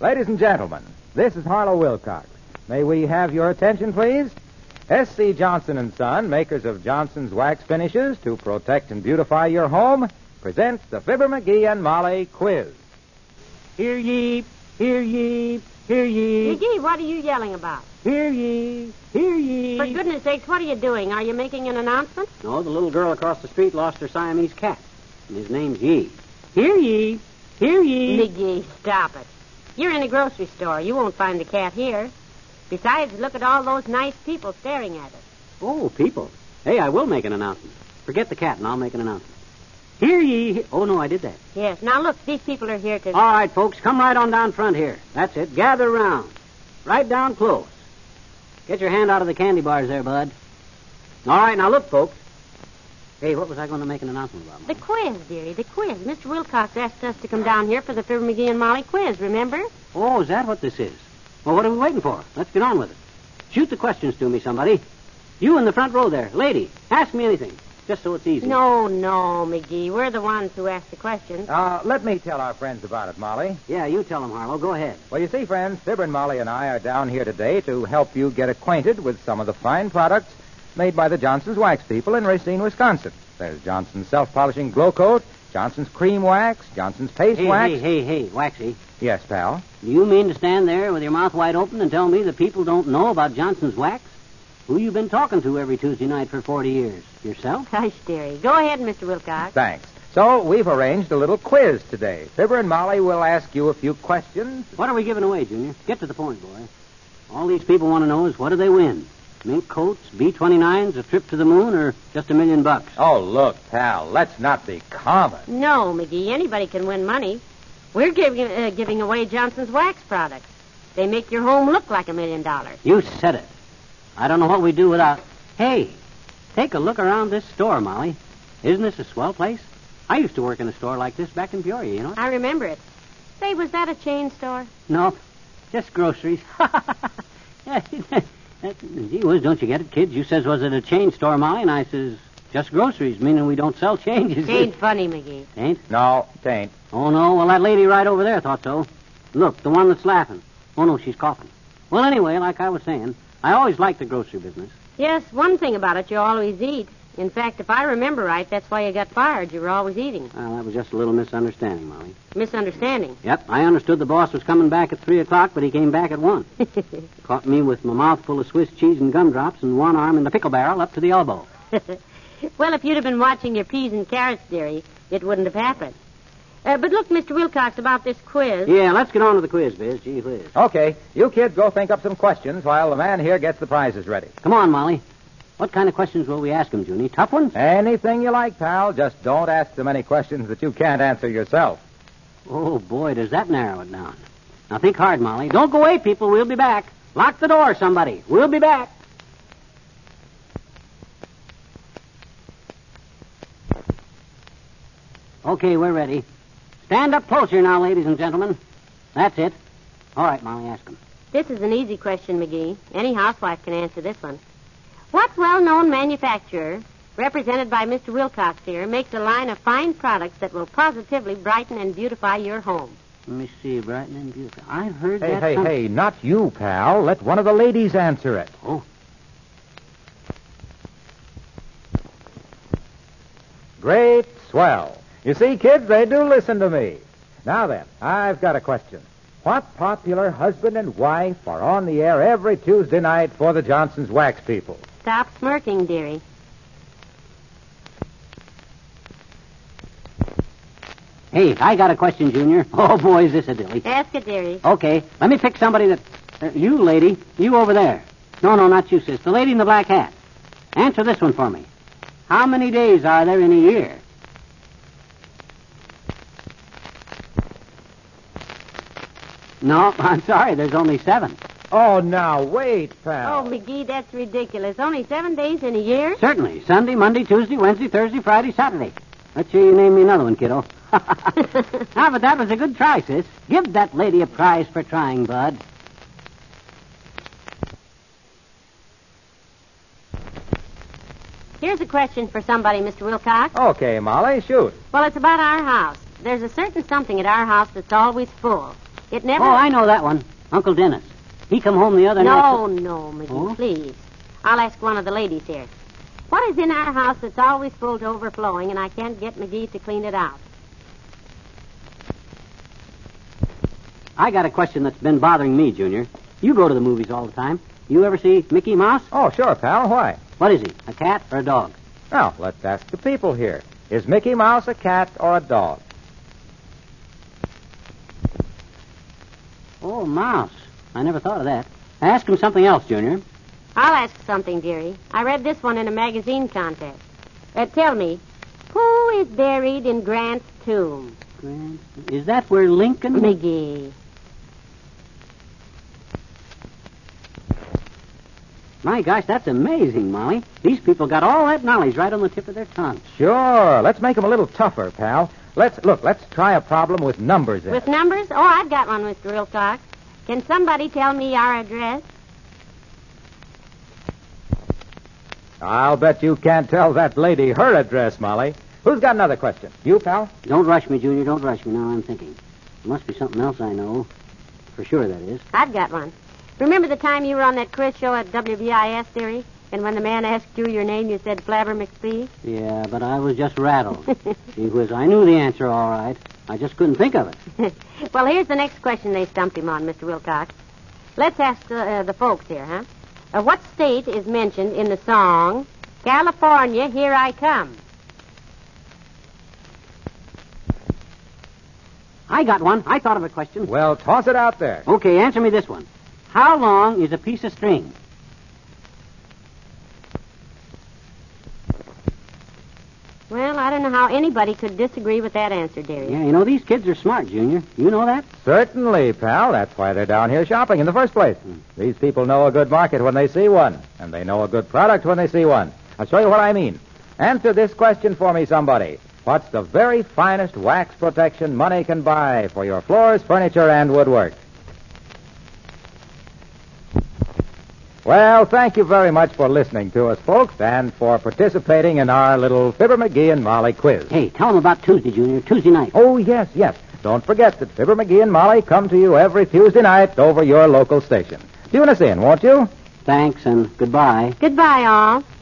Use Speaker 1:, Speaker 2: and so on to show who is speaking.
Speaker 1: Ladies and gentlemen, this is Harlow Wilcox. May we have your attention, please? S.C. Johnson and Son, makers of Johnson's Wax Finishes to protect and beautify your home, presents the Fibber McGee and Molly quiz. Hear ye, hear ye, hear ye,
Speaker 2: McGee, what are you yelling about?
Speaker 1: hear ye, hear
Speaker 2: For
Speaker 1: ye.
Speaker 2: goodness sakes, what are you doing? Are you making an announcement?
Speaker 3: No, the little girl across the street lost her Siamese cat. And his name's Yee.
Speaker 1: Hear ye, hear ye.
Speaker 2: McGee, stop it. You're in a grocery store. You won't find the cat here. Besides, look at all those nice people staring at us.
Speaker 3: Oh, people. Hey, I will make an announcement. Forget the cat, and I'll make an announcement. Hear ye. he- Oh, no, I did that.
Speaker 2: Yes, now look, these people are here to.
Speaker 3: All right, folks, come right on down front here. That's it. Gather round. Right down close. Get your hand out of the candy bars there, bud. All right, now look, folks. Hey, what was I going to make an announcement about?
Speaker 2: The
Speaker 3: Mom?
Speaker 2: quiz, dearie, the quiz. Mr. Wilcox asked us to come down here for the Fibber McGee and Molly quiz, remember?
Speaker 3: Oh, is that what this is? Well, what are we waiting for? Let's get on with it. Shoot the questions to me, somebody. You in the front row there, lady. Ask me anything, just so it's easy.
Speaker 2: No, no, McGee. We're the ones who asked the questions.
Speaker 1: Uh, let me tell our friends about it, Molly.
Speaker 3: Yeah, you tell them, Harlow. Go ahead.
Speaker 1: Well, you see, friends, Fibber and Molly and I are down here today to help you get acquainted with some of the fine products made by the Johnson's Wax people in Racine, Wisconsin. There's Johnson's self-polishing glow coat, Johnson's cream wax, Johnson's paste
Speaker 3: Hey,
Speaker 1: wax.
Speaker 3: hey, hey, hey, Waxy.
Speaker 1: Yes, pal.
Speaker 3: Do you mean to stand there with your mouth wide open and tell me the people don't know about Johnson's Wax? Who you been talking to every Tuesday night for 40 years? Yourself?
Speaker 2: Hush, dearie. Go ahead, Mr. Wilcox.
Speaker 1: Thanks. So we've arranged a little quiz today. Fibber and Molly will ask you a few questions.
Speaker 3: What are we giving away, Junior? Get to the point, boy. All these people want to know is what do they win? Mink coats, B-29s, a trip to the moon, or just a million bucks?
Speaker 1: Oh, look, pal, let's not be common.
Speaker 2: No, McGee. Anybody can win money. We're giving uh, giving away Johnson's wax products. They make your home look like a million dollars.
Speaker 3: You said it. I don't know what we do without. Hey, take a look around this store, Molly. Isn't this a swell place? I used to work in a store like this back in Peoria, you know.
Speaker 2: I remember it. Say, was that a chain store?
Speaker 3: No, just groceries. Gee whiz, don't you get it, kids? You says, was it a chain store, Molly? And I says, just groceries, meaning we don't sell changes.
Speaker 2: It ain't funny, McGee.
Speaker 3: Ain't?
Speaker 1: No, tain't.
Speaker 3: Oh, no. Well, that lady right over there thought so. Look, the one that's laughing. Oh, no, she's coughing. Well, anyway, like I was saying, I always liked the grocery business.
Speaker 2: Yes, one thing about it, you always eat. In fact, if I remember right, that's why you got fired. You were always eating.
Speaker 3: Well, that was just a little misunderstanding, Molly.
Speaker 2: Misunderstanding.
Speaker 3: Yep, I understood the boss was coming back at 3 o'clock, but he came back at 1. Caught me with my mouth full of Swiss cheese and gumdrops and one arm in the pickle barrel up to the elbow.
Speaker 2: well, if you'd have been watching your peas and carrots, dearie, it wouldn't have happened. Uh, but look, Mr. Wilcox, about this quiz.
Speaker 3: Yeah, let's get on to the quiz, Biz. Gee whiz.
Speaker 1: Okay, you kids go think up some questions while the man here gets the prizes ready.
Speaker 3: Come on, Molly. What kind of questions will we ask him, Junie? Tough ones?
Speaker 1: Anything you like, pal. Just don't ask them any questions that you can't answer yourself.
Speaker 3: Oh, boy, does that narrow it down. Now, think hard, Molly. Don't go away, people. We'll be back. Lock the door, somebody. We'll be back. Okay, we're ready. Stand up closer now, ladies and gentlemen. That's it. All right, Molly, ask him.
Speaker 2: This is an easy question, McGee. Any housewife can answer this one. What well known manufacturer, represented by Mr. Wilcox here, makes a line of fine products that will positively brighten and beautify your home?
Speaker 3: Let me see, Brighton and beautiful. I've heard
Speaker 1: Hey,
Speaker 3: that.
Speaker 1: hey,
Speaker 3: some-
Speaker 1: hey, not you, pal. Let one of the ladies answer it.
Speaker 3: Oh,
Speaker 1: Great swell. You see, kids, they do listen to me. Now then, I've got a question. What popular husband and wife are on the air every Tuesday night for the Johnson's Wax people?
Speaker 2: Stop smirking, dearie.
Speaker 3: hey, I got a question, Junior. Oh, boy, is this a dilly.
Speaker 2: Ask it, dearie.
Speaker 3: Okay, let me pick somebody that. uh, you, lady. You over there. No, no, not you, sis. The lady in the black hat. Answer this one for me. How many days are there in a year? No, I'm sorry. There's only seven.
Speaker 1: Oh, now, wait,
Speaker 2: Oh,
Speaker 1: pal.
Speaker 2: McGee, that's ridiculous. Only seven days in a year?
Speaker 3: Certainly. Sunday, Monday, Tuesday, Wednesday, Thursday, Friday, Saturday. Let's hear you name me another one, kiddo. ah, but that was a good try, sis. Give that lady a prize for trying, bud.
Speaker 2: Here's a question for somebody, Mr. Wilcox.
Speaker 1: Okay, Molly, shoot.
Speaker 2: Well, it's about our house. There's a certain something at our house that's always full. It never.
Speaker 3: Oh, I know that one. Uncle Dennis. He come home the other
Speaker 2: No,
Speaker 3: night.
Speaker 2: no, McGee,
Speaker 3: Oh?
Speaker 2: please. I'll ask one of the ladies here. What is in our house that's always full to overflowing, and I can't get McGee to clean it out?
Speaker 3: I got a question that's been bothering me, Junior. You go to the movies all the time. You ever see Mickey Mouse?
Speaker 1: Oh, sure, pal. Why?
Speaker 3: What is he? A cat or a dog?
Speaker 1: Now, let's ask the people here. Is Mickey Mouse a cat or a dog?
Speaker 3: Oh, mouse. I never thought of that. Ask him something else, Junior.
Speaker 2: I'll ask something, dearie. I read this one in a magazine contest. Uh, tell me, who is buried in Grant's tomb?
Speaker 3: Grant, Is that where Lincoln?
Speaker 2: McGee.
Speaker 3: My gosh, that's amazing, Molly. These people got all that knowledge right on the tip of their tongue.
Speaker 1: Sure. Let's make him a little tougher, pal. Let's look. Let's try a problem with numbers in. it.
Speaker 2: With numbers? Oh, I've got one, Mr. Wilcox. Can somebody tell me our address?
Speaker 1: I'll bet you can't tell that lady her address, Molly. Who's got another question? You, pal?
Speaker 3: Don't rush me, Junior. Don't rush me. Now I'm thinking. There must be something else I know. For sure, that is.
Speaker 2: I've got one. Remember the time you were on that quiz show at WBIS, dearie? And when the man asked you your name, you said Flabber McPhee?
Speaker 3: Yeah, but I was just rattled. Gee whiz, I knew the answer all right. I just couldn't think of it.
Speaker 2: well, here's the next question they stumped him on, Mr. Wilcox. Let's ask uh, uh, the folks here, huh? Uh, what state is mentioned in the song California, Here I Come?
Speaker 3: I got one. I thought of a question.
Speaker 1: Well, toss it out there.
Speaker 3: Okay, answer me this one. How long is a piece of string?
Speaker 2: Well, I don't know how anybody could disagree with that answer, dearie.
Speaker 3: Yeah, you know, these kids are smart, Junior. You know that?
Speaker 1: Certainly, pal. That's why they're down here shopping in the first place. These people know a good market when they see one, and they know a good product when they see one. I'll show you what I mean. Answer this question for me, somebody. What's the very finest wax protection money can buy for your floors, furniture, and woodwork? Well, thank you very much for listening to us, folks, and for participating in our little Fibber McGee and Molly quiz.
Speaker 3: Hey, tell them about Tuesday, Junior. Tuesday night.
Speaker 1: Oh, yes, yes. Don't forget that Fibber McGee and Molly come to you every Tuesday night over your local station. Tune us in, won't you?
Speaker 3: Thanks and goodbye.
Speaker 2: Goodbye, all.